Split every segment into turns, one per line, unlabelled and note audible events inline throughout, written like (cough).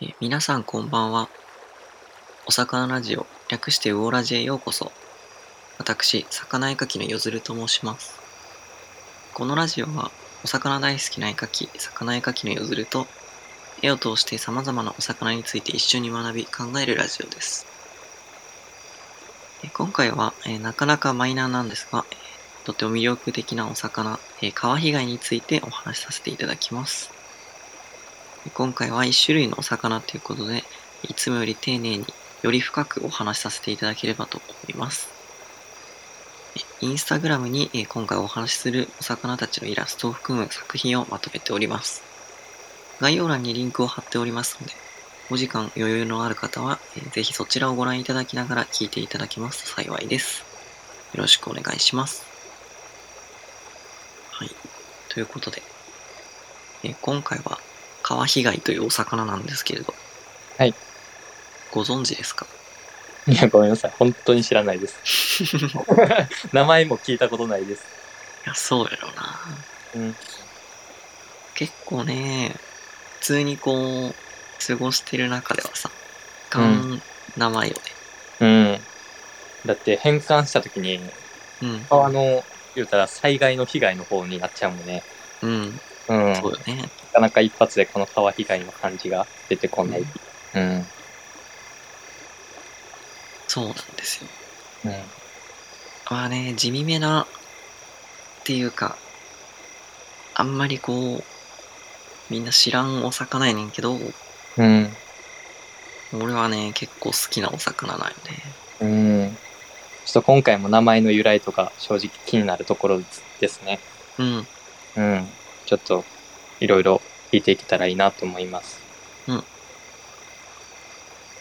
え皆さんこんばんは。お魚ラジオ、略してウオラジへようこそ。私、魚絵描きのよずると申します。このラジオは、お魚大好きな絵描き、魚絵描きのよずると、絵を通して様々なお魚について一緒に学び、考えるラジオです。え今回は、えなかなかマイナーなんですが、えとても魅力的なお魚、え川被害についてお話しさせていただきます。今回は1種類のお魚ということで、いつもより丁寧により深くお話しさせていただければと思います。えインスタグラムにえ今回お話しするお魚たちのイラストを含む作品をまとめております。概要欄にリンクを貼っておりますので、お時間余裕のある方は、えぜひそちらをご覧いただきながら聞いていただけますと幸いです。よろしくお願いします。はい。ということで、え今回は川被害というお魚なんですけれど。
はい。
ご存知ですか (laughs)
(laughs) いや、ごめんなさい。本当に知らないです。 (laughs) 名前も聞いたことないです。
いや、そうやろな。
うん。
結構ね、普通にこう、過ごしてる中ではさ、ガン、名前よね。
うん。だって変換した時に、
うん。
川の、言うたら災害の被害の方になっちゃうもんね。
うん。
うん。
そう
な
よね。
かなか一発でこの川被害の感じが出てこない。うん。
そうなんですよ。
うん。
まあね、地味めな、っていうか、あんまりこう、みんな知らんお魚やねんけど、
うん。
俺はね、結構好きなお魚なんよね。
うん。ちょっと今回も名前の由来とか正直気になるところですね。
うん。
うん。ちょっと、いろいろ聞いていけたらいいなと思います。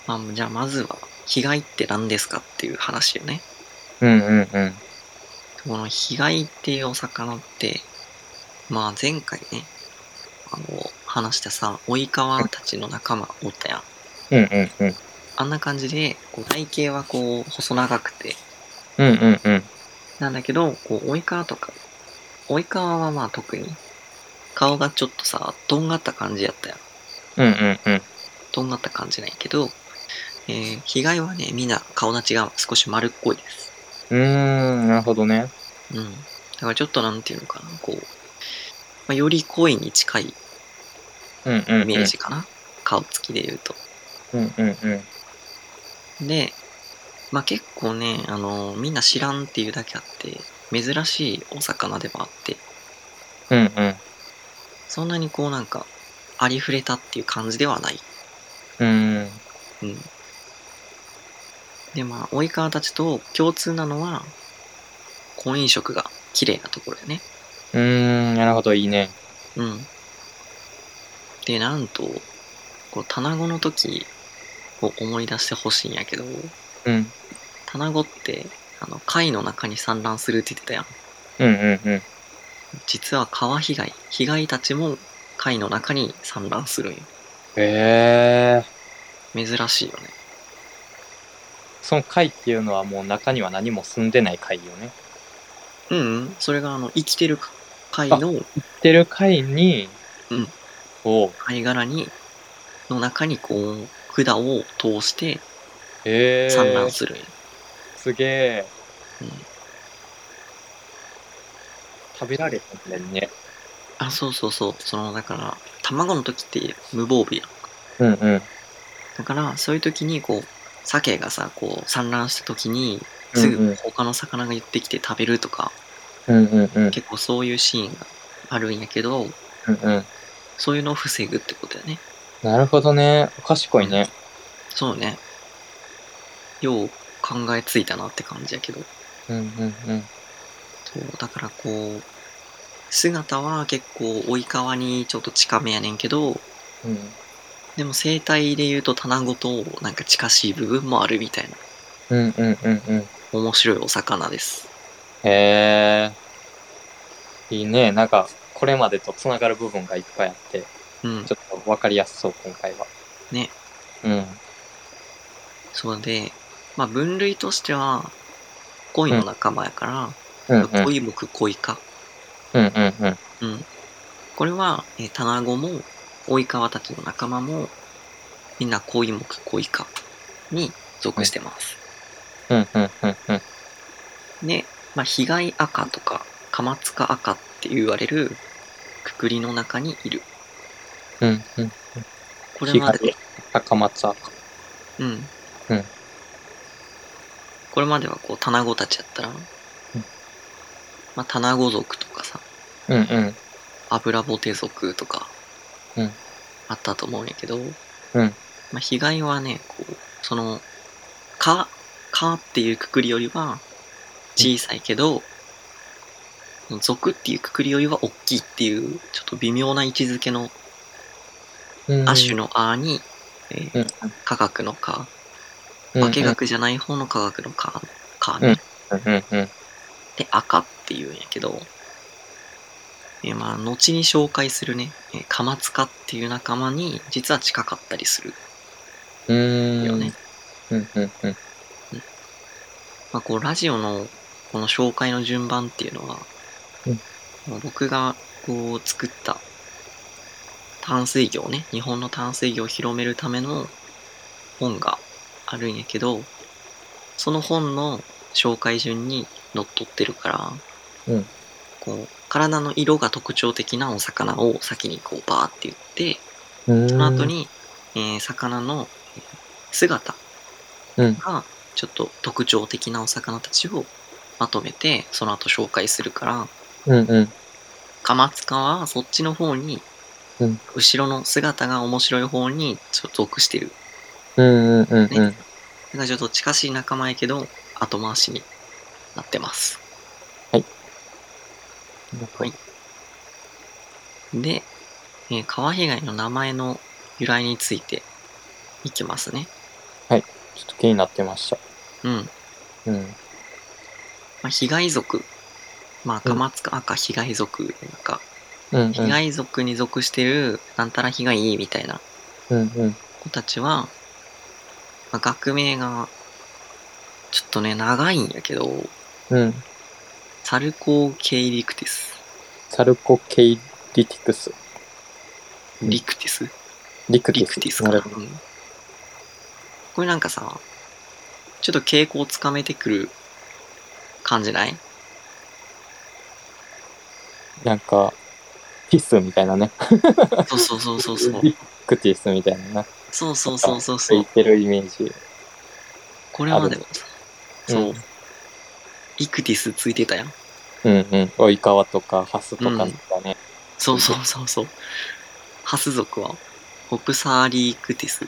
まあ、じゃあまずは、被害って何ですかっていう話よね。
うんうんうん。
この被害っていうお魚って、まあ前回ね、あの、話したさ、及川たちの仲間おったやん。
うんうんうん。
あんな感じで、こう体型はこう、細長くて、
うんうんうん。
なんだけど、こう、及川とか、及川はまあ特に、顔がちょっとさ、とんがった感じやったやん。
うんうんうん。
とんがった感じないけど、えー、被害はね、みんな顔立ちが少し丸っこいです。
うーん、なるほどね。
うん。だからちょっとなんていうのかな、こう、まあ、より恋に近い
うんうん、うん。
イメージかな、顔つきで言うと。
うんうんうん。
で、まあ、結構ね、あのみんな知らんっていうだけあって、珍しいお魚でもあって、
うんうん。
そんなにこうなんか、ありふれたっていう感じではない。
うーん。
うん。で、まあ、及川たちと共通なのは、婚姻色が綺麗なところだね。
うーん、なるほど、いいね。
うん。で、なんと、こう、棚子の時を思い出してほしいんやけど、
うん。
タナゴって、あの、貝の中に産卵するって言ってたやん。
うんうんうん。
実は川被害、被害たちも貝の中に産卵するんよ。
へえ。
珍しいよね。
その貝っていうのはもう中には何も住んでない貝よね。
うん、うん、それがあの、生きてる貝の
知ってる貝に、
うん。
おう
貝殻に、の中にこう、管を通して
へえ。
産卵するんよ。
すげえ。
うん
食べられへんねんね。
あ、そうそうそう。その、だから、卵の時って無防備やん。
うんうん。
だから、そういう時にこう、鮭がさ、こう、産卵した時に、す
うんう
ぐ
ん
他の魚が寄ってきて食べるとか、
うんうんうん。
結構そういうシーンがあるんやけど、
うんうん。
そういうのを防ぐってことやね。
なるほどね。賢いね。
そうね。よう考えついたなって感じやけど。
うんうんうん。
そう、だからこう、姿は結構追い川にちょっと近めやねんけど、
うん。
でも生態で言うと棚ごとなんか近しい部分もあるみたいな
うんうんうんうん。
面白いお魚です。
へえ。いいね。なんか、これまでとつながる部分がいっぱいあって、
うん
ち。ょっとわかりやすそう、今回は。
ね。
うん。
そうで、まあ分類としては、恋の仲間やから、
うん
まあ
うん。
恋もく恋か。
うんうんうん。
うん。これは、えー、タナゴも、及川たちの仲間も、みんな高位目高位下に属してます。
うんうんうんうん。
で、まあ、被害赤とか、カマツカ赤って言われるくくりの中にいる。
うんうん。
これまで
被害赤松赤。
うん。
うん
これまではこう、タナゴたちやったら、まあ、タナゴ族とかさ、
うんうん。
油ボテ族とか、
うん
あったと思うんやけど、うんまあ、被害はね、こう、その、か、かっていうくくりよりは、小さいけど、族っていうくくりよりは大きいっていう、ちょっと微妙な位置づけの
うん
亜種の「あ」に、えー
うん
科学の「科
うんうん
化学じゃない方の科学の「科科
う
ね
んうんうん
で「赤」っていうんやけど、えーまあ、後に紹介するね「えー、カマツカ」っていう仲間に実は近かったりする
うん。
よね、
うんうんうん。
まあ、こうラジオのこの紹介の順番っていうのは、
うん
もう僕がこう作った淡水魚をね日本の淡水魚を広めるための本があるんやけどその本の紹介順にのっとってるから、
うん
こう体の色が特徴的なお魚を先にこうバーって言って
そ
その後、に、えー魚のえー姿
うん
がちょっと特徴的なお魚たちをまとめてその後紹介するから
うんうん。
カマツカはそっちの方に、
うん
後ろの姿が面白い方にちょっと属してる
うんうんうんうん。
だからちょっと近しい仲間やけど後回しになってますはいで、えー、川被害の名前の由来についていきますね
ちょっと気になってました。
うん
うん。
まあ、被害族まあ
うん
鎌塚赤被害族なんか
うんうん。
被害族に属してるなんたら被害みたいな
うんうん。
子たちは、まあ、学名がちょっとね長いんやけど
うん。
サルコーケイリクティス
サルコケイリティクス。うん
リクティス
リクテ
リ
ィ
ク
ス。
ティス
な
か
る
な、
ほど
うんこれなんかさちょっと傾向をつかめてくる感じない
なんか、ティスみたいなね。
そうそうそうそう
(laughs)
そう
リクティスみたいなね。
そうそうそうそう
つ
そう
いてるイメージ。
これまでもさ
ある
そう、
うん
イクティスついてたやん
うんうん。オイカワとか、ハスとかとかね。
そうそうそうそうハス族はホプサーリークティス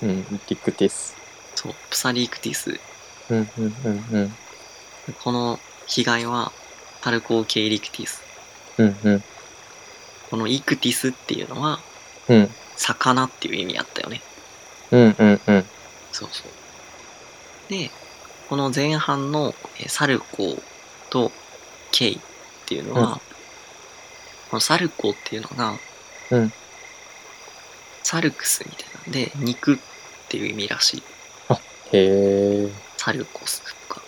うん。リクティス。
そうプサリークティス
うんうんうんうん。
この被害はタルコーケイリクティス
うんうん。
このイクティスっていうのは
うん。
魚っていう意味あったよね
うんうんうん。
そうそうでこの前半のえーサルコーとケイっていうのは、
うん
このサルコーっていうのが、
うん
サルクスみたいなんで肉っていう意味らしい
へえ。
サルコスとか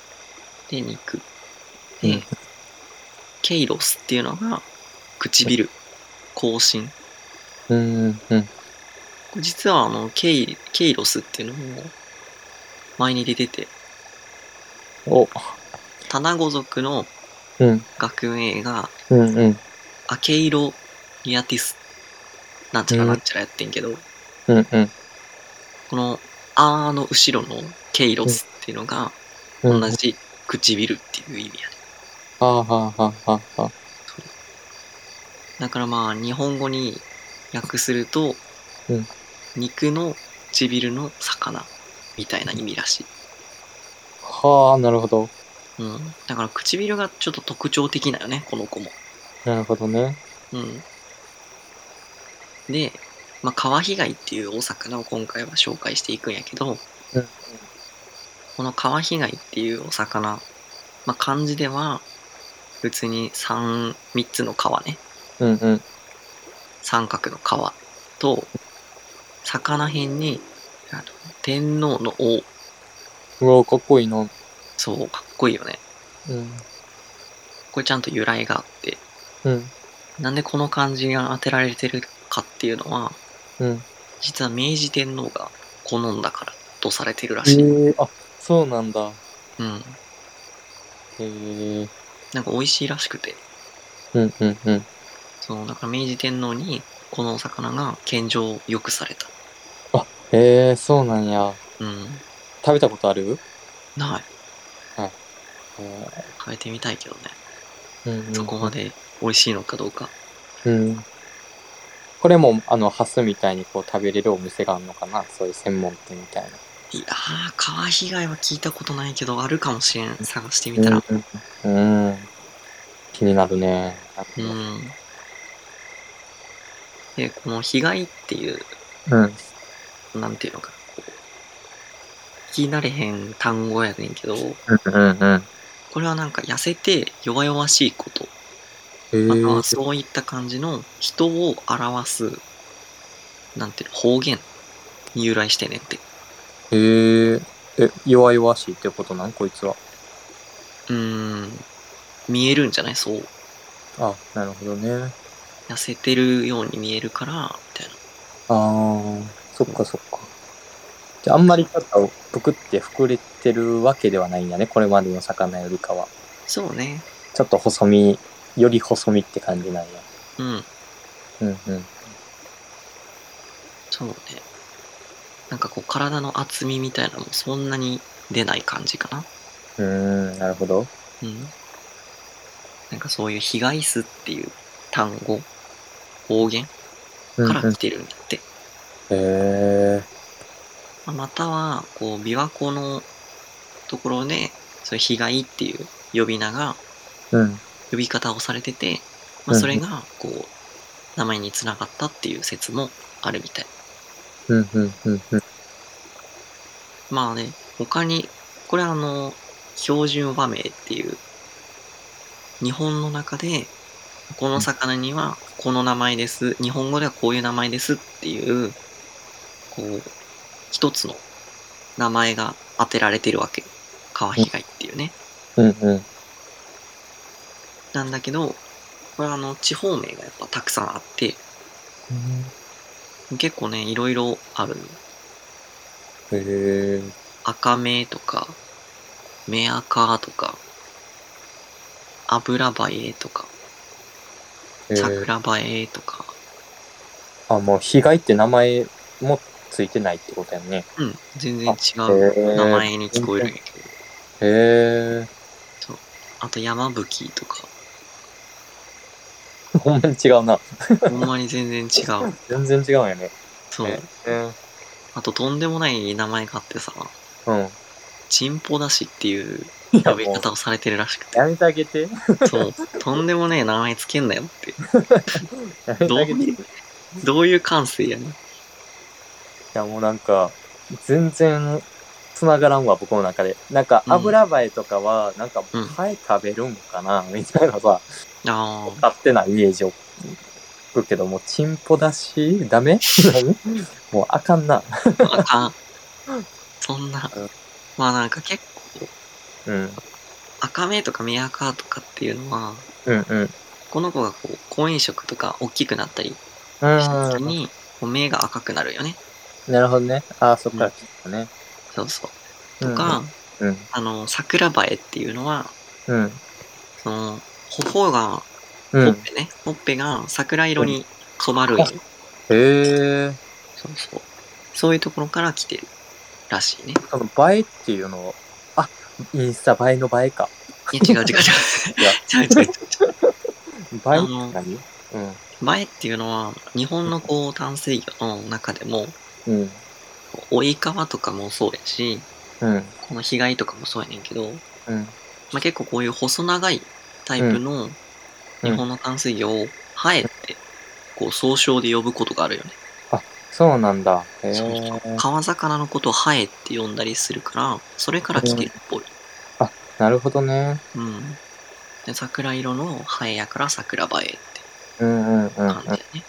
で肉
う
で、
ん
ケイロスっていうのが唇口唇
うんうん。
これ実はあのケイケイロスっていうのも前に出てて
お。
タナゴ族の
うん。
学名が
うんうん。
アケイロリアティスなんちゃらなんちゃらやってんけど、
うんうん。
この「あ」の後ろの「ケイロス」っていうのが
うん
同じ唇っていう意味やね
はあはあはあはあは
だからまあ日本語に訳すると、
うん
肉の唇の魚みたいな意味らしい、
あ。はあ、なるほど。
うん、だから唇がちょっと特徴的だよねこの子も
なるほどね。
うんで、まあ、川被害っていうお魚を今回は紹介していくんやけど、
うん
この川被害っていうお魚、まあ、漢字では普通に三三つの川ね
うんうん。
三角の川と魚辺にあの天皇の王
うわ、かっこいいな。
そうかっこいいよね
うん。
これちゃんと由来があって
うん。
なんでこの漢字が当てられてるかっていうのは
うん。
実は明治天皇が好んだからとされてるら
え
しい。
ー、あそうなんだ。へ
うん。
えー、
なんか美味しいらしくて。
うんうんうん。
そう、だから明治天皇にこのお魚が献上を良くされた。
へえー、そうなんや。
うん。
食べたことある、
ない。
え
変えてみたいけどね。
ーうんうん
そこま。で美味しいのかどうか。
うん。これも、あの、ハスみたいにこう食べれるお店があるのかなそういう専門店みたいな。
いやー、川被害は聞いたことないけど、あるかもしれん。探してみたら。
うん。うん気になるね。
うん。で、この被害っていう、
うん。
なんていうのかな、こう、聞き慣れへん単語やねんけど、
うんうん。
これはなんか痩せて弱々しいこと。
へ
または
ー
そういった感じの人を表す、なんていうの、方言に由来してんねんって。
へーえ、弱々しいってことなんこいつは。
うーん。見えるんじゃないそう。
あ、なるほどね。
痩せてるように見えるから、みたいな。
あー、そっかそっか。じゃあ、あんまり肩をぷくって膨れてるわけではないんやね。これまでの魚よりかは。
そうね。
ちょっと細身、より細身って感じなんや。
うん。
うんうん。
そうね。なんかこう体の厚みみたいなのもそんなに出ない感じかな。
うーん、なるほど。
うん。なんかそういう被害数っていう単語、方言から来てるんだって。
へえ。
まあまたは、こう、琵琶湖のところで、そういう被害っていう呼び名が、
うん。
呼び方をされてて、
うん
ま
う
あ、
ん
それが、こう、名前につながったっていう説もあるみたい。
うんうんうんうん。
まあね、他に、これはあの、標準和名っていう、日本の中で、この魚にはこの名前です、日本語ではこういう名前ですっていう、こう、一つの名前が当てられてるわけ。川被害っていうね。
うんうん。
なんだけど、これはあの、地方名がやっぱたくさんあって、結構ね、いろいろあるの。
へえ。
赤目とか、目赤とか、油映えとか、
へー
桜映えとか、
あ、もう、被害って名前もついてないってことやね。
うん、全然違
へー
う名前に聞こえるんやけど、
へえ。
あと山吹とか、
(laughs) ほんまに違うな。
ほんまに全然違う。
全然違うんやね。
そ
へ
う。
え。
あととんでもない名前があってさ、
うん。
チンポ出しっていう
いや
呼び
もう、
方をされてるらしくて、
やめてあげて。
そう、とんでもない名前つけんなよって。
やめて
どう
あげて。
い、
いう
どういう感性やねん。
や、もうなんか、全然、繋がらんわ、僕の中で。なんか、
うん
油映えとかは、なんか、
うん
ハエ食べるんかな、 (laughs) みたいなさ。
ああ、
勝手なイメージを聞くけども、チンポだし、
(laughs)
ダメダメもうあかんな。
あかん。そんな
うん、
まあなんか結構、
うん。
赤目とか宮赤とかっていうのは、
うんうん。うん。
この子がこう、婚姻色とか大きくなったりした時
な
に、こう目が赤くなるよね。
るほどね。ああ、そっから来たね。
そうそう。
うん
とか、
うん。
あの、桜映えっていうのは、
うん。
その、頬が、
う
ほっ
ん。
ぺね、ほっぺが桜色に染まるんよ。
あへえ。
そうそう。そういうところから来てるらしい
(laughs)
ね。
その映えっていうのを、あ、インスタ映えの映えか。
いや、違う違う違う。違う違う違う。
映えって何
の
うん。
前っていうのは日本のこう淡水魚の中でも
うん。
オイカワとかもそうやし
うん。
この被害とかもそうやねんけど、
うん。
まあ、結構こういう細長いタイプの日本の淡水魚をハエってこう総称で呼ぶことがあるよね、
そうなんだ。へえ。
そうそう川魚のことをハエって呼んだりするからそれから来てるっぽい、
なるほどね。
うん、で桜色のハエやから桜映えって
うんうんうんうん
感。じだね、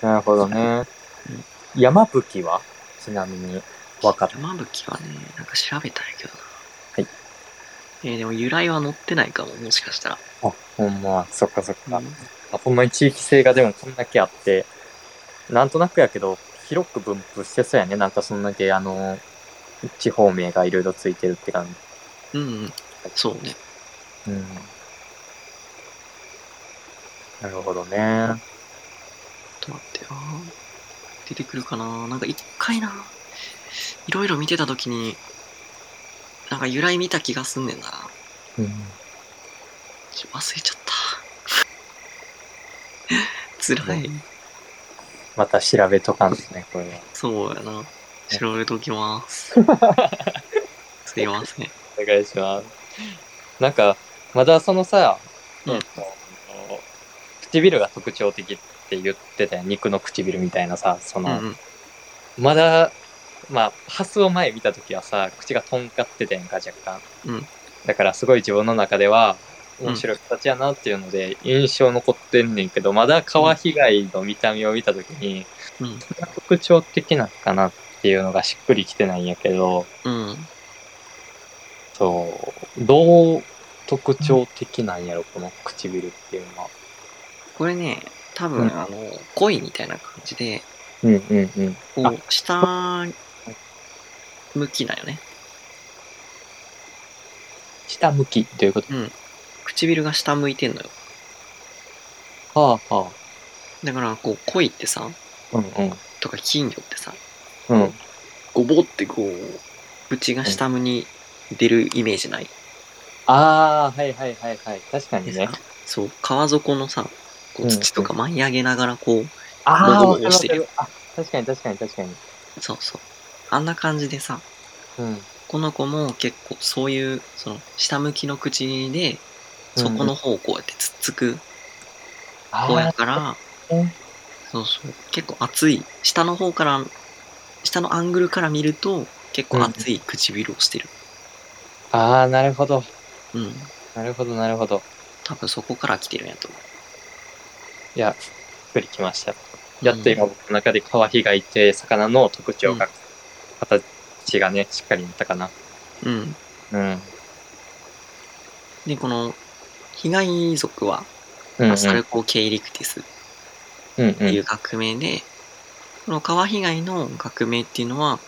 なるほどね
うん。
山吹きはちなみに分かった。
山吹はね、なんか調べたんやけどな。
はい。
えーでも由来は載ってないかも、もしかしたら。
あ、ほんま、そっかそっか。
うん
あほんまに地域性がでもこんだけあって、なんとなくやけど、広く分布してそうやね。なんかそんだけ、あの、地方名がいろいろついてるって感
うんうん。そうね。
じ。うん。なるほどね。
ちょっと待ってあー出てくるかななんか一回ないろいろ見てた時になんか由来見た気がすんねんな
うん。
ちょ忘れちゃった (laughs) 辛い
また調べとかんですね、これは。
そうやな調べときます
(laughs)
すいません
お願いします。なんか、まだそのさ、
うん
えっと、唇が特徴的って言ってたよ。肉の唇みたいなさ、その、
うんうん
まだ、まあ、ハスを前見た時はさ、口がとんがってたやんか、若干。
うん
だからすごい自分の中では、
うん
面白い形やなっていうので、印象残ってんねんけど、まだ川被害の見た目を見た時に、
うん
特徴的なのかなっていうのがしっくりきてないんやけど、
うん
そう。どう特徴的なんやろ、この唇っていうのは。
これね多分、
うん
あの恋みたいな感じで
うんうんうん。
こう下向きだよね
下向きということ。
唇が下向いてんのよ
はあは
だからこう恋ってさ
あ。うん
とか金魚ってさ
うん。うん。
ごぼってこう口が下向に出るイメージない
ああ、はいはいはいはい。確か
で
に
す
ね
か、。そう川底のさこう
うん
土とか舞い上げながらこう、
ああ、
もごもごしてる
わかるわかるあ、確かに確かに確かに。
そうそうあんな感じでさ
うん。
この子も結構そういうその下向きの口でそこの方をこうやってつっつく子や
あ
から、
あね
そうそう結構熱い下の方から下のアングルから見ると結構熱い唇をしてる
あ、ああなるほど。
うん
なるほどなるほど。
多分そこから来てるんやと思う
いや、しっくりきました。やっと今僕の中で川被害って魚の特徴が、形がね、しっかりなったかな。
うん
うん。
で、この、被害族は、
うん、うん。
サルコ・ケイリクティスっ
うん
ていうう革命で、この川被害の革命っていうのは、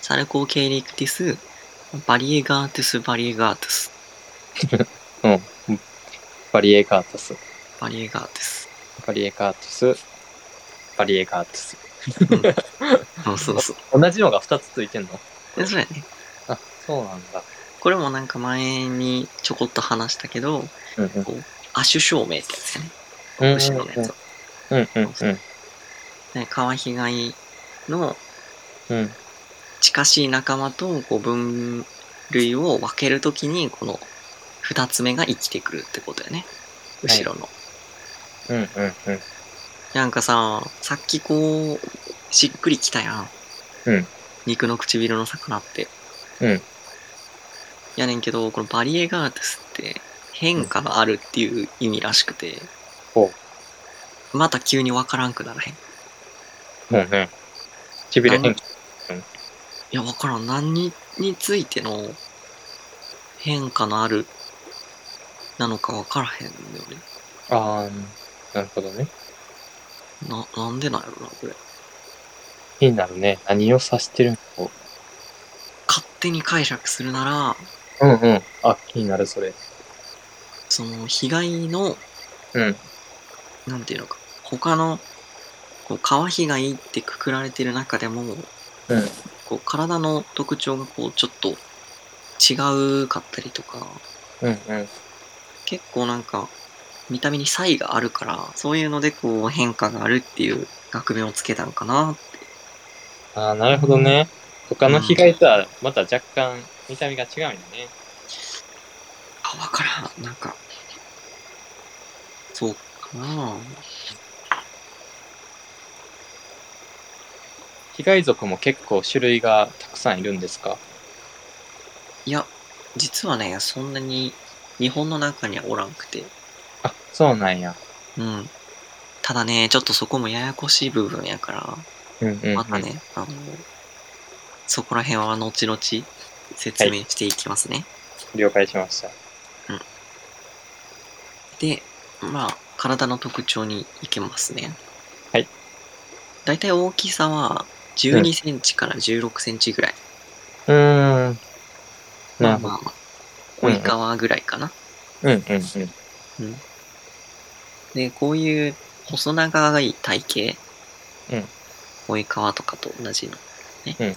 サルコ・ケイリクティス、バリエガートゥス・バリエガートゥス、
ん。うん。バリエガートス。
バリエガートゥス。
バリエガートス。バリエガートス。
そうそうそう。
同じのが2つついてんの
で、そうやね。
あ、そうなんだ。
これもなんか前にちょこっと話したけど、
うんうん。
亜種証明ってやつやね。
うん
後ろのやつは。
うんうん
ね、川被害の
うん。うん。
近しい仲間とこう分類を分けるときにこの2つ目が生きてくるってことだよね後ろの、
うんうんうん。
なんかささっきこうしっくりきたやん、
うん
肉の唇の魚って
うん
やねんけどこのバリエガーテスって変化があるっていう意味らしくて、
ほ
また急に分からんくならへんい
もうね。唇変化。
や分からん何にについての変化のあるなのか分からへんのよね
あー、なるほどね。
な、なんでなんやろな、これ。
気になるね。何を指してるの
勝手に解釈するなら、
うんうん。あ、気になる、それ。
その、被害の、
うん。
なんていうのか、他の、こう、川被害ってくくられてる中でも、
うん。
こう、体の特徴がこう、ちょっと違うかったりとか、
うんうん。
結構なんか、見た目に差異があるから、そういうのでこう、変化があるっていう学名をつけたのかな。
あー、なるほどね。他の被害とはまた若干見た目が違うんよね。
あ、わからん。なんか、そうかな。
被害族も結構種類がたくさんいるんですか
いや、実はね、そんなに日本の中にはおらんくて。
あ、そうなんや。
うん。ただね、ちょっとそこもややこしい部分やか
うんうん、う
ら、
ん。
またね、あの、そこら辺は後々説明していきますね。
了解しました。
で、まあ、体の特徴に行きますね。
はい。
大体大きさは12センチから16センチぐらい。
うーん。なるほど。
まあまあ、オイカワぐらいかな。
うんうんうん。
うんで、こういう細長い体型、
うん
追い川とかと同じの、ね
うん
っ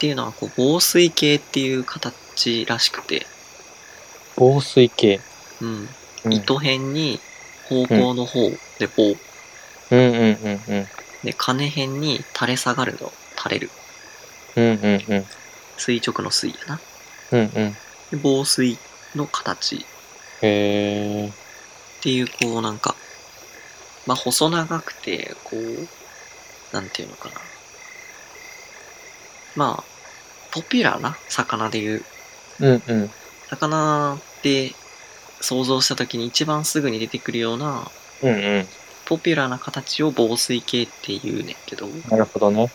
ていうのはこう防水系っていう形らしくて、
防水系。
うん、
うん
糸辺に方向の方で棒、
うんうんうんうん。
で金辺に垂れ下がるの垂れる
うんうんうん。
垂直の水やな
うんうん。
で防水の形っ
へえ。
ていうこうなんかまあ細長くてこうなんていうのかなまあポピュラーな魚でいう
うんうん。
魚って想像した時に一番すぐに出てくるような
うんうん。
ポピュラーな形を防水系っていうねんけど
なるほどね。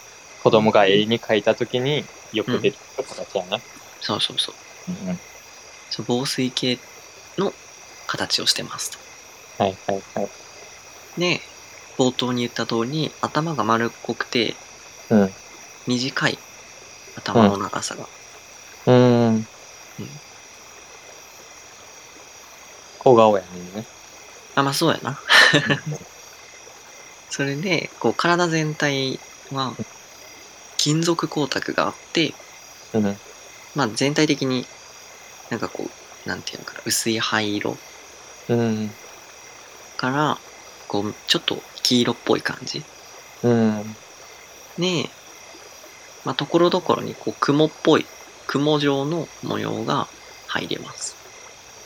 子供が絵に描いたときによく出てくる形やな。
そうそうそう
うんうん。
そう防水系の形をしてますと
はいはいはい。
で冒頭に言った通り頭が丸っこくて
うん。う
短い頭の長さが、
ーん。小顔やねんね。
あまあそうやなそれでこう体全体は金属光沢があって、
うん。うん
まあ、全体的になんかこうなんていうのかな薄い灰色
うん。
からこうちょっと黄色っぽい感じ
うん。
ねまあ、ところどころにこう雲っぽい雲状の模様が入ります、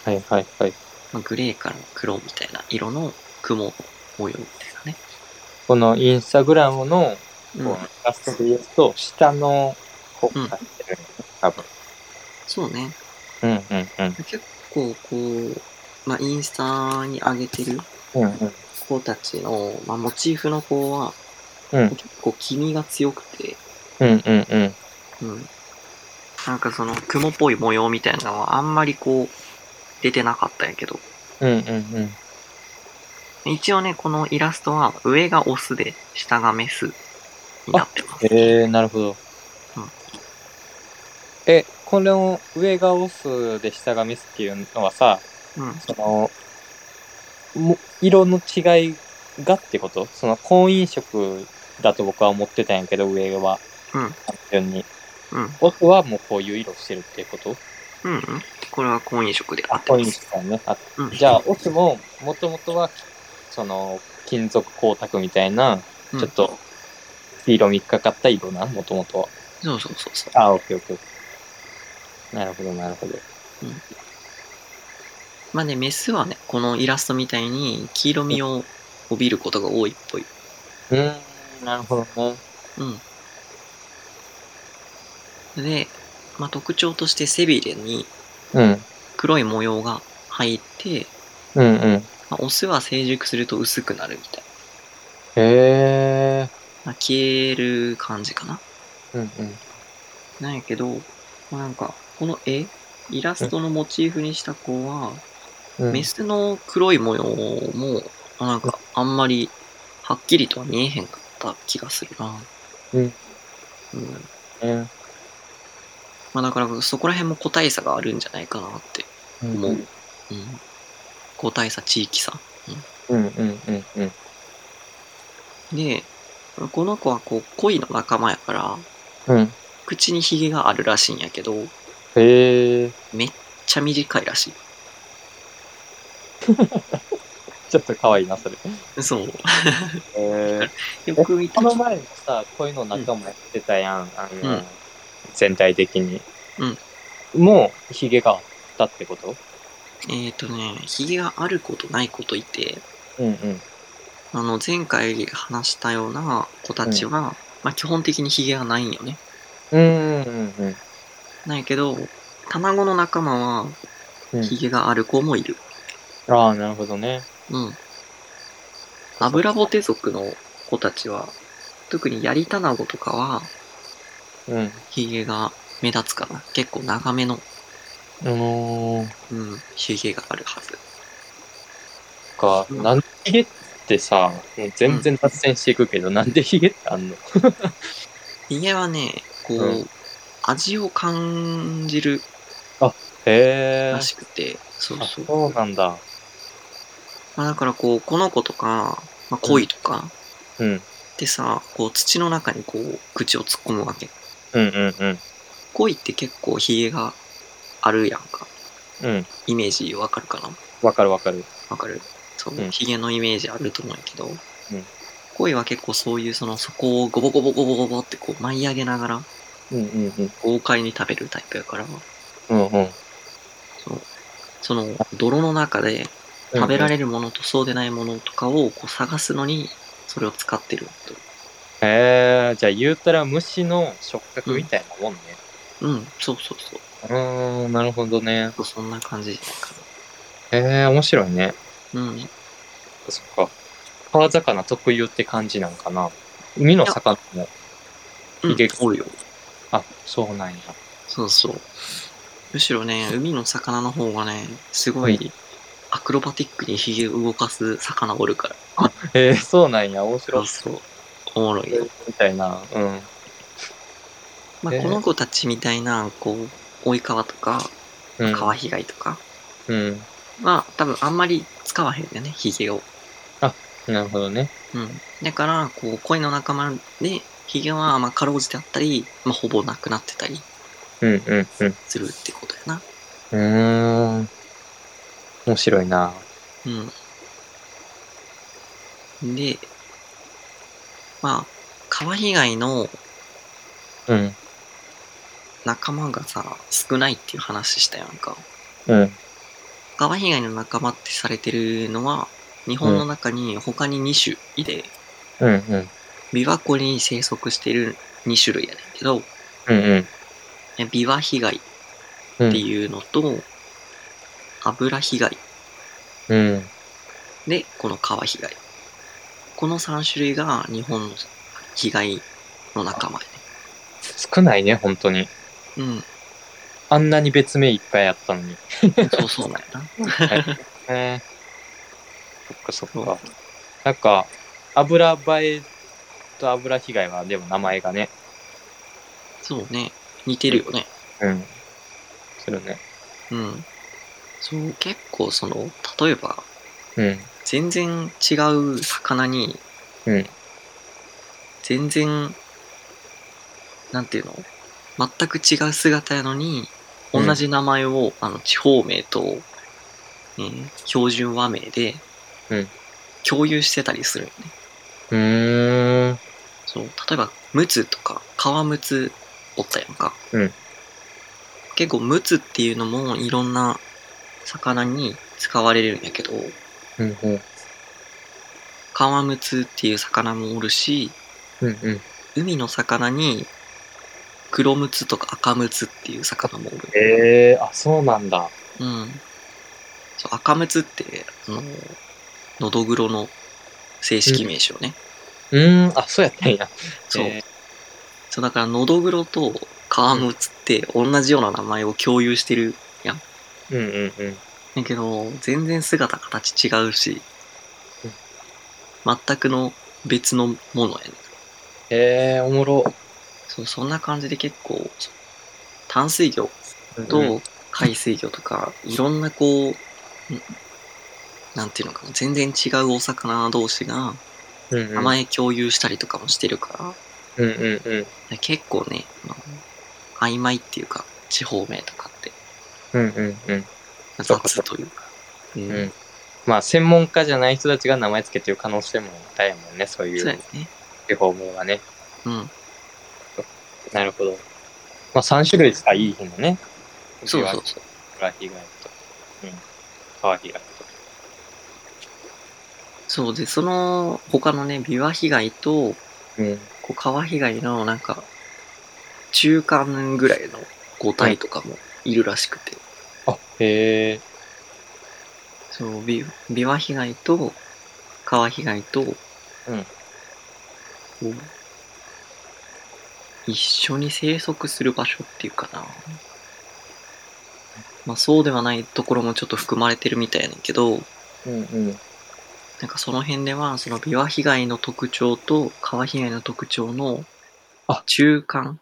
はいはいはい。
まあ、グレーから黒みたいな色の雲模様みたいなね、
このインスタグラムの
うん
こう、ラストで言うと、下の方からやってるよね、多分。
そうね
うんうん
結構こう、まあ、インスタに上げてる
うん。うんうん。
子たちの、まあ、モチーフの子は
うん
結構黄みが強くて、
うんうんうん。
うん、なんかその雲っぽい模様みたいなのはあんまりこう出てなかったんやけど
うんうんうん。
一応ねこのイラストは上がオスで下がメスになってます
えー、なるほど。
うん
え、この上がオスで下がメスっていうのはさ、
うん
その、も色の違いがってことその婚姻色だと僕は思ってたんやけど、上は。
うん
単純に。
うん
オスはもうこういう色してるっていうこと
うんうんこれは婚姻色であ
あ、
って
婚
ま
姻
す、
色だね。あ
うん、
じゃあ、オスも、もともとは、その、金属光沢みたいな、
うん
ちょっと、黄色みっかかった色な、もともとは。
そうそうそうそう
あ、オッケーオッケー。なるほど、なるほど。
まあねメスはねこのイラストみたいに黄色みを帯びることが多いっぽい
うん、なるほどね。
うん。で、まあ、特徴として背びれに
うん、
黒い模様が入って、
うん、うん。
まあ、オスは成熟すると薄くなるみたい
へえ。
な。まあ、消える感じかな。
うん、
なんやけど、まあ、なんか、この絵、イラストのモチーフにした子は、
うん。
メスの黒い模様も、まあなんか、あんまり、はっきりとは見えへんかった気がするな。
うん。
うん。
うん。
まあ、だから、そこら辺も個体差があるんじゃないかなって思う。うん。個体差、地域差。
うん、うん、うん、うん。
で、この子はこう、恋の仲間やから、
うん。
口にヒゲがあるらしいんやけど、めっ
へえ。
ちゃ短いらし
ちょっと可愛いな、それ。へ
い。そう。
え。
よく見た
こ
ら
の前もさ、こういうの中もやってたやん。あの、
うん
全体的に。もう、ヒゲがあったってこと
えっ、とね、ヒゲがあることないこといて、
うん、うん。
あの、前回話したような子たちは、まあ基本的にヒゲがないんよね。
うん、うん、うん。
ないけど、卵の仲間は
うん
ヒゲがある子もいる。
ああ、なるほどね。
うん。油ぼて族の子たちは、特にやりたなごとかは、
うん。
ヒゲが目立つかな。結構長めの、
うん。
うん、ヒゲがあるはず。
か、なんでヒゲってさ、もう全然脱線していくけど、なんでヒゲってあんの
ヒゲはね、こう、
うん
味を感じる
へえ
ら。しくて、そう
あ
そう。
そうなんだ。
まあ、だからこう、この子とか、まあ、恋とか、
うん。
でさ、こう、土の中にこう、口を突っ込むわけ。
うんうんうん。
恋って結構ヒゲがあるやんか。
うん。
イメージわかるかな
わかるわかる。
わかるそう
う、ん
ヒゲのイメージあると思うんやけど、恋は結構そういう、その、そこをゴボゴボゴボゴボってこう、舞い上げながら、
うんうんうん。
豪快に食べるタイプやから、
うんうん。
そうその、泥の中で食べられるものとそうでないものとかをこう探すのに、それを使ってる
へえ、じゃあ言うたら虫の触覚みたいなもんね。
と。うん、そうそうそう。
うーん、なるほどね。
そうそんな感じじゃないか
へえ、面白いね。
な。うん。
そっか。川魚特有って感じなんかな。海の魚も。
うん
ヒゲ
おるよ。
あ、そうなんや。
そうそう。むしろね、海の魚の方がね、すごいアクロバティックにヒゲ動かす魚おるから。
へえ、そうなんや。面
そ
白
う
い。
そう。おもろいよ。
みたいな。うん。
まあ、
えー
この子たちみたいな、こう、追い川とか、
うん。
川被害とか
うん。
は、多分あんまり使わへんよね、ヒゲを。
なるほどね。
うん。だから、こう、恋の仲間で、ヒゲは、まあ、かろうじてあったり、まあ、ほぼなくなってたり
うんうんうん。
するってことやな。
うーん。面白いな。
うん。で、まあ、川被害の
うん。
仲間がさ、少ないっていう話したやんか。
うん。
川被害の仲間ってされてるのは、日本の中に他に2種いて、
うんうん。
琵琶湖に生息してる2種類やねんけど、
うんうん。
え琵琶被害っ
うん
ていうのと、油被害
うん。
で、この川被害。この3種類が日本の被害の仲間やね。
少ないね、本当に。
うん。
あんなに別名いっぱいあったのに。
そうそうなんやな。
(laughs) ねそっかそっか。なんか、油映えと油被害は、でも名前がね。
そうね。似てるよね。
うん。するね。
うん。そう、結構その、例えば、
うん。
全然違う魚に、
うん。
全然、なんていうの全く違う姿やのに、
うん
同じ名前を、あの、地方名と、えー標準和名で
うん、
共有してたりするよね。
うーん。
そう、例えば、ムツとか、革ムツおったやんか。
うん
結構、ムツっていうのもいろんな魚に使われるんやけど、
うんうん。
革ムツっていう魚もおるし、
うんうん。
海の魚に黒ムツとか赤ムツっていう魚もおる。
ええー、あ、そうなんだ。
うん。そう、赤ムツって、あの、のどぐろの正式名称ね。
うーん、あ、そうやったんや。
そう。
えー
そう、だから、のどぐろと革ムツって同じような名前を共有してる
うんうんうん。
だけど、全然姿形違うし
うん、
全くの別のものやね。
ええー、おもろ。
そう、そんな感じで結構、淡水魚
うん
と海水魚とか、いろんなこう、んなんていうのかな、全然違うお魚同士が
うん、
名前共有したりとかもしてるから、
うんうんうん。
で結構ね、あの曖昧っていうか、地方名とかって
うんうんうん。そうかそ
雑
う
というか。う
うんん。まあ、専門家じゃない人たちが名前つけてる可能性も大やもんね、そうい
そうや
う
ね。
手法名はね。
うん。
なるほど。まあ、3種類しかいい日のね。
そうそうそう。
ラヒガイと、うん、カワヒガイと。
そうで、その他のね、琵琶被害と、
うん。
こう川被害のなんか、中間ぐらいの個体とかもいるらしくて、
あ、へえ。
そう、琵琵琶被害と、川被害と、
うん
こう一緒に生息する場所っていうかな。まあそうではないところもちょっと含まれてるみたいだけど、
うんうん。
なんかその辺では、そのビワ被害の特徴と川被害の特徴の
あ
中間。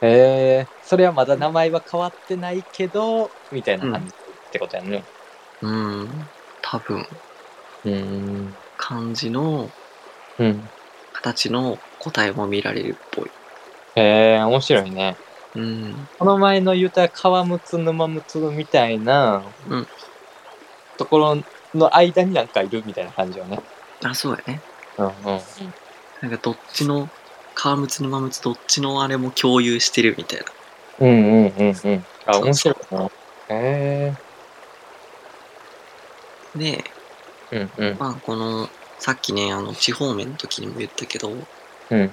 えー、それはまだ名前は変わってないけど、みたいな感じってことやね。
うん。多分、
うん。
漢字の
うん。
形の答えも見られるっぽい。
えー、面白いね。
うん。
この前の言うた川むつ沼むつみたいな、
うん
ところの間になんかいるみたいな感じよね。
あ、そうやね。
うんうん。
なんかどっちの、川むつ沼むつどっちのあれも共有してるみたいな。
うんうんうんうん。あ、面白いな。へ
で、
えー。うん
まあこの、さっきね、あの、地方面の時にも言ったけど、
うん。うん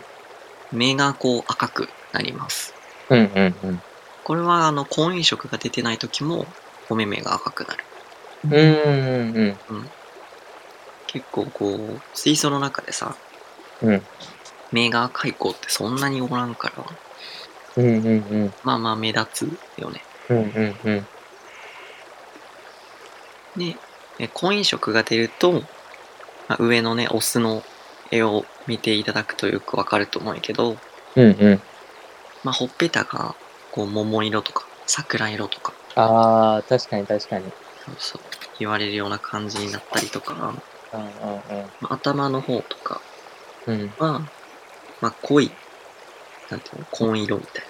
目がこう赤くなります。
うんうんうん。
これはあの、婚姻色が出てない時も、お目目が赤くなる。
うんうんうん。
結構こう、水槽の中でさ、
うん
目が赤い子ってそんなにおらんから、
うんうんうん。
まあまあ目立つよね。
うんうんうん。
で、え婚姻色が出ると、まあ、上のね、オスの絵を見ていただくとよくわかると思うんやけど、
うんうん。
まあ、ほっぺたが、こう、桃色とか、桜色とか、
ああ、確かに確かに。
そうそう、言われるような感じになったりとか、ま
うんう
あ、頭の方とか
んうん。
は、まあ、濃い、なんていうの、紺色みたい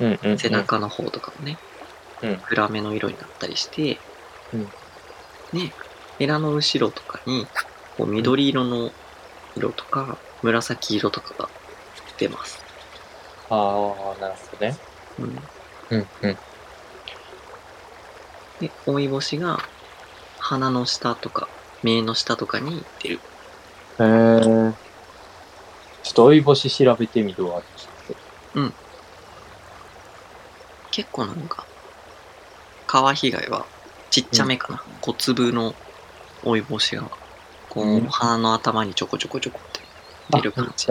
うんうんう
な、
ん。
背中の方とかもね、
うん
暗めの色になったりして、
うん
ね、ヘラの後ろとかに、こう、緑色の色とか、紫色とかが出ます。
ああ、なるほどね。
うん、
うんうん。
で、追い星が、鼻の下とか、目の下とかに出る。
へえ。ちょっと追い星調べてみるわ。
結構なんか、川被害はちっちゃめかな。小粒の追い星が、こう、
うん
鼻の頭にちょこちょこちょこって出る感じ。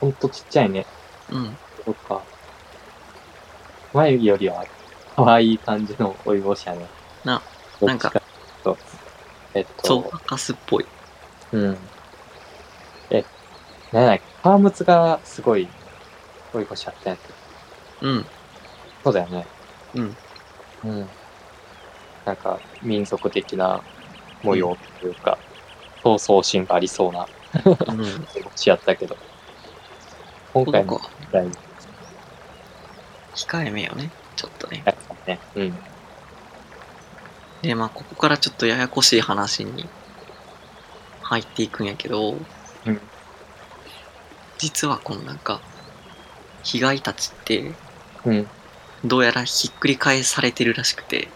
ほんとちっちゃいね。
うん。
そっか。眉毛よりは可愛い感じのおいぼしやね。
な、
なんか。と、えっ
そう、
と、
カスっぽい。
うん。え、なんだっけ、パームツがすごい、おいぼしやったやつ。
うん。
そうだよね。
うん。
うん。なんか、民族的な模様というか、闘争心がありそうな
うん。
おいぼしやったけど。今
な
回
ん
も
か、
みたいに
控えめよね。ちょっとね。
やったね。うん。
で、まあ、ここからちょっとややこしい話に入っていくんやけど、
うん
実はこのなんか、被害たちって、
うん。
どうやらひっくり返されてるらしくて、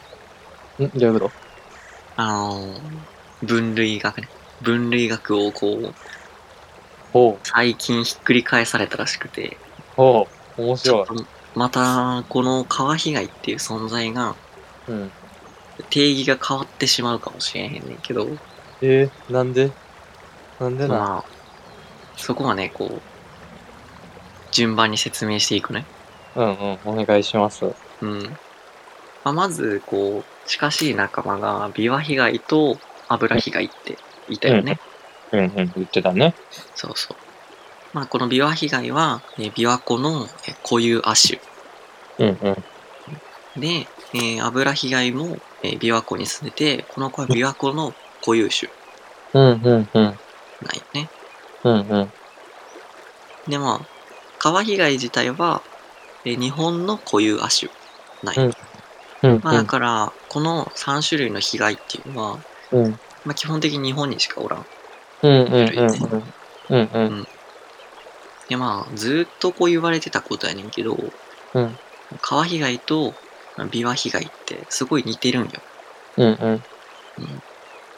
んどういうこ
あのー分類学ね。分類学をこう、
とおう、
最近ひっくり返されたらしくて、
おう、面
ちょ
白
っとまた、この川被害っていう存在が、
い。うん。
定義が変わってしまうかもしれへんねんけど、
えー、なんでなんでな、
まあ、そこはね、こう、順番に説明していくね。
うんうん、お願いします。う
うん。まあ、まず、こう、近しい仲間が、ビワ被害と油被害って言ったよね。
んうん、言ってたね。
そうそう。まあ、このビワ被害は、えー、琵琶湖のえー固有亜種
うんうん。
で、えー油被害も、えー琵琶湖に住んでて、この子は琵琶湖の固有種
うんうんうん。
なんよね。
うんうん。
で、まあ、川被害自体は、えー日本の固有亜種なんよ
うんうん
まあ、だから、この3種類の被害っていうのは、
うん。うん
まあ、基本的に日本にしかおらん。
うんうん。うんうん。
で、まあ、ずーっとこう言われてたことやねんけど、
うん
川被害とまあ琵琶被害ってすごい似てるんよ。
うんうん。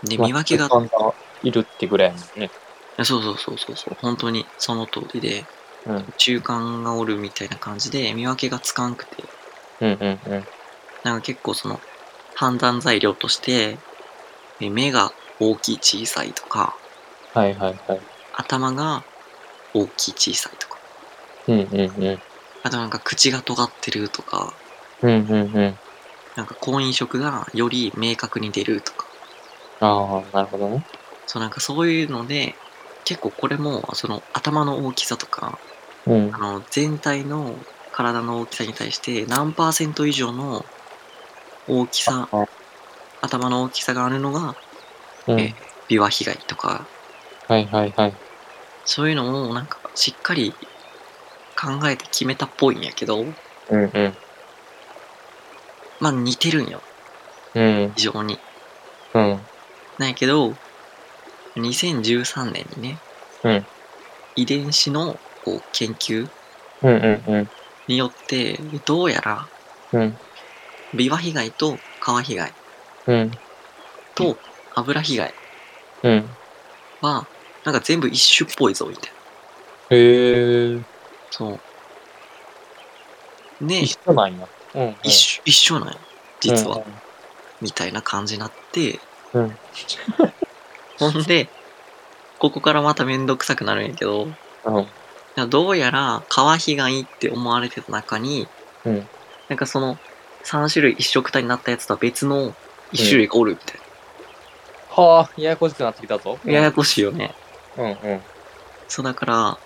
で、見分けが、
まあいるってぐらいのね。
そうそうそうそうそう、本当にその通りで、
うん
中間がおるみたいな感じで、見分けがつかんくて、
うんうんうん。
なんか結構その、判断材料として、え目が大きい小さいとか、
はいはいはい。
頭が大きい小さいとか、
うんうんうん。
あとなんか口が尖ってるとか、
うんうんうん。
なんか婚姻色がより明確に出るとか、
ああ、なるほどね。
そうなんかそういうので結構これもその頭の大きさとか
うん
あ。の全体の体の大きさに対して何パーセント以上の大きさ
あ
頭の大きさがあるのが
うん。
え琵琶被害とか
はいはいはい。
そういうのをなんかしっかり考えて決めたっぽいんやけど
うんうん。
まあ似てるんよ
うん。
非常に
うん。
なんやけど2013年にね、
うん
遺伝子のこう研究
うんうんうん。
によってどうやら
うん。
ビワ被害と皮被害
うん。
と油被害
うん。
はなんか全部一種っぽいぞみたいな
へえ。
そうね
一緒なんや。うんうん。
一緒一緒なんよ実は、
うんうん
みたいな感じになって、
うん
(laughs) ほんでここからまためんどくさくなるんやけど
うん。
どうやら皮被害って思われてた中に、
うん
なんかその3種類一色体になったやつとは別の1種類がおるみたい
はあ、ややこしくなってきたぞ。
な、ややこしいよね
うんうん。
そうだから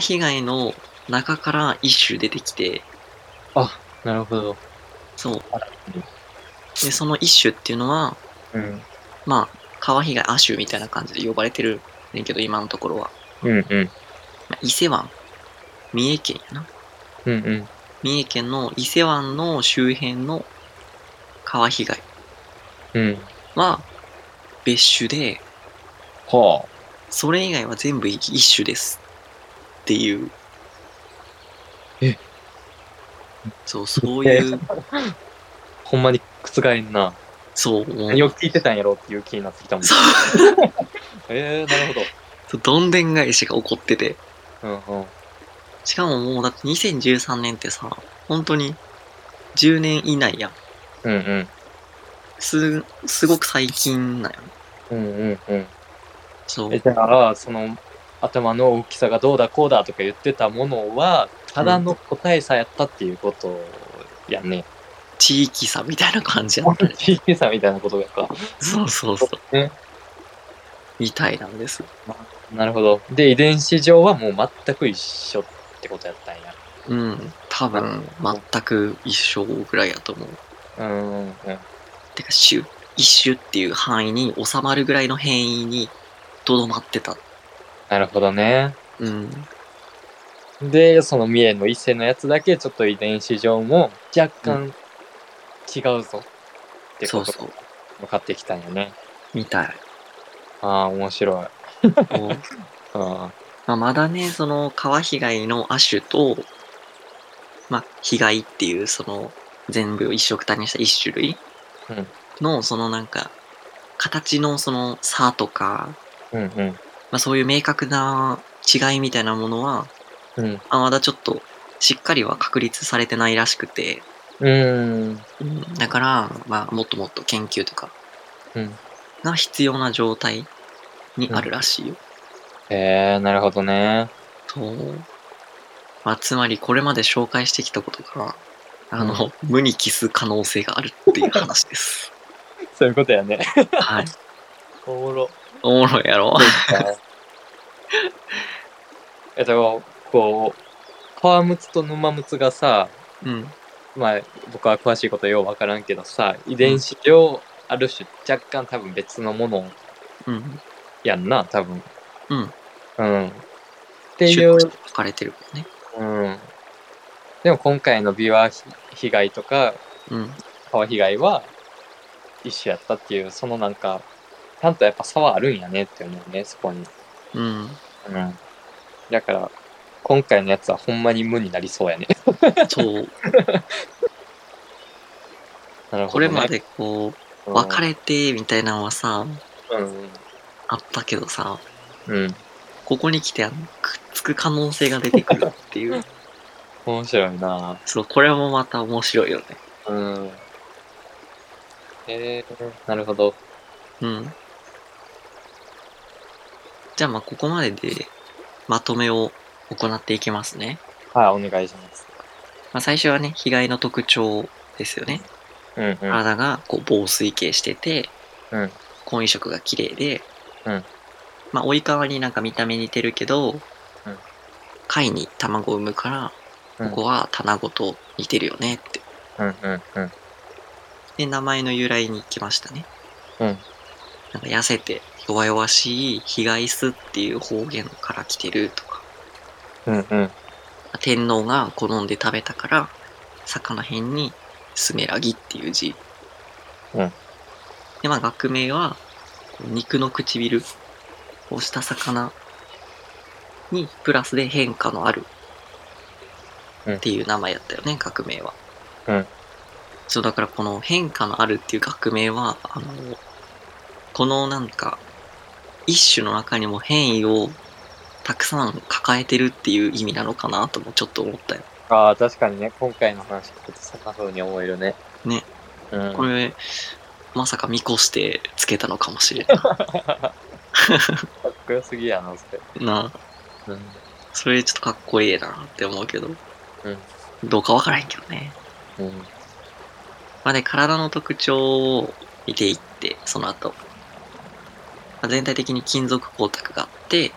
皮被害の中から1種出てきて
なるほど。
そう
うん
でその1種っていうのは
うん。
まあ皮被害亜種みたいな感じで呼ばれてるねんけど今のところは、
うんうん。
まあ伊勢湾三重県やな
うんうん。
三重県の伊勢湾の周辺の皮被害
うん。
は別種で
は
それ以外は全部一種ですっていう
え
そうそういう
あ。ほんまに覆んな。
そうもう
何を聞いてたんやろうっていう気になってきたもん。
そ
(laughs) ええ、なる
うどんでん返しが起こってて
ほど。うんうん。
しかももうだって2013年ってさ本当に10年以内やん
うんうん。
すすごく最近なんよ
うんうんうん。
そう
えじゃあその頭の大きさがどうだこうだとか言ってたものはただの個体差やったっていうことやね。
地域差みたいな感じやったね
(laughs) 小さみたいなことか。
そうそうそう
ね
みたいなんです
なるほど。で遺伝子上はもう全く一緒ってことやったんや。
うん多分全く一緒ぐらいやと思う
うんうんうん。
てか種一種っていう範囲に収まるぐらいの変異にとどまってた
なるほどね。
うん
でその三重の伊勢のやつだけちょっと遺伝子上も若干違うぞって
そ
こ
う
と
そう
分かってきたんよね。
みたい
ああ面白い。
もう (laughs)
あ
まあまだねその川被害の亜種とまあ被害っていうその全部一色単にした一種類
うん
のそのなんか形のその差とか、
うんうん
まあ、そういう明確な違いみたいなものは、
うん。
まあ、まだちょっとしっかりは確立されてないらしくて、
うん。
うんだから、まあ、もっともっと研究とか
うん
が必要な状態にあるらしいよ。
へえなるほどね。
そうまあ、つまりこれまで紹介してきたことがあの、無に帰す可能性があるっていう話
(laughs)
です。
そういうことやね。
はい、
おもろ。
おもろいやろ
えっと、こう、川ムツと沼ムツがさ、
うん
まあ、僕は詳しいことようわからんけどさ、遺伝子上、ある種、若干多分別のもの
うん
やんな、多分。
うん。
うん。って
種
いう
とし、て分かれてるもんね。
うん。でも今回のビワ被害とか、
うん、
川被害は、一種やったっていう、そのなんか、ちゃんとやっぱ差はあるんやねって思うね、そこに。 (laughs)
うん、
うん。だから、今回のやつはほんまに無になりそうやね。
そう
(laughs) なるほ
こ
ど、ね。
れまでこう
うん
分かれてみたいなのはさ
うん。
あったけどさ
うん。
ここに来てあのくっつく可能性が出てくるっていう
面白いな
そう、これもまた面白いよね。
うん。えー、なるほど。
うん。じゃあまあ、ここまででまとめを行っていきますね。
はい、お願いします。
まあ、最初はね、被害の特徴ですよね。
うんうん。
体がこう、防水系してて、
うん
婚衣色が綺麗で、
うん
まあ、追いわになんか見た目似てるけど、貝に卵を産むから、
うん
ここは卵と似てるよねって。
うんうんうん
で、名前の由来に行きましたね。
うん
なんか痩せて弱々しい被害すっていう方言から来てるとか、
うんうん
天皇が好んで食べたから、魚辺にスメラギっていう字。
うん
で、まあ学名は、こう肉の唇をした魚にプラスで変化のある
うん
っていう名前やったよね、学名は。
うん
そう、だからこの変化のあるっていう学名は、あの、このなんか、一種の中にも変異をたくさん抱えてるっていう意味なのかなともちょっと思ったよ。
ああ確かにね今回の話聞くとそんな風に思えるね
ね
うん
これ、まさか見越してつけたのかもしれんな
かっこよすぎやなそれ
い
(laughs)
な。
うん
それちょっとかっこいいなって思うけど、
うん
どうかわからへんけどね。
うん
まあ、で、体の特徴を見ていって、その後。まあ全体的に金属光沢があって、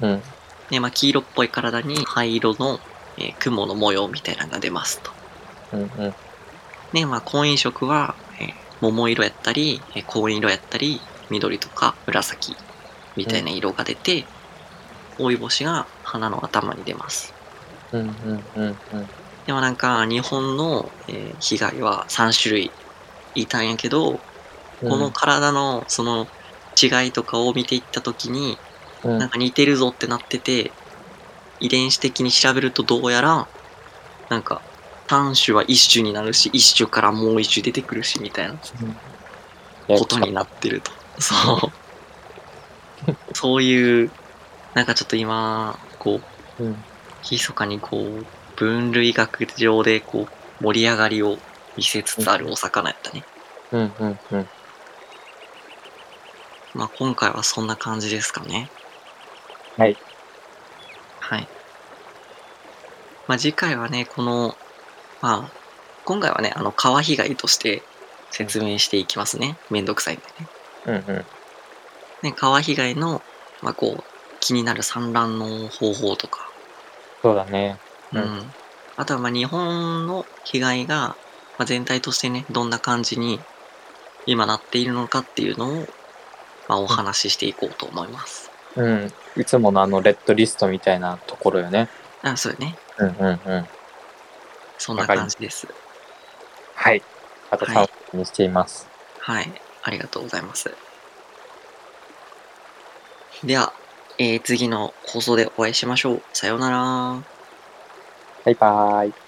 うん
で、まあ、黄色っぽい体に灰色の、えー雲の模様みたいなのが出ますと。
うんうん
で、まあ、婚姻色は、えー桃色やったり、えー紺色やったり、緑とか紫みたいな色が出て、追い星が花の頭に出ます。
うんうんうんうん
でもなんか、日本の、えー被害は3種類いたんやけど、この体のその違いとかを見ていった時に、
うん
なんか似てるぞってなってて、遺伝子的に調べるとどうやら、なんか、単種は一種になるし、一種からもう一種出てくるし、みたいなことになってると。そう。 (laughs) そういう、なんかちょっと今、こう、
うん
密かにこう、分類学上でこう、盛り上がりを見せつつあるお魚やったね。
うんうんうん
まあ今回はそんな感じですかね。
はい。
はい。まあ次回はね、この、まあ、今回はね、あの、川被害として説明していきますね。めんどくさいんでね。
うんうん
ね、川被害の、まあこう、気になる産卵の方法とか、
そうだね
う
うん
ん。あとはまあ日本の被害が、まあ、全体としてね、どんな感じに今なっているのかっていうのを、まあお話ししていこうと思います。
うんいつものあのレッドリストみたいなところよね
あ、そうよね。
うんうんうん
そんな感じです。
はいあと
はい
楽しみにしています
はい。ありがとうございます。では、えー次の放送でお会いしましょう。さようなら。
バイバーイ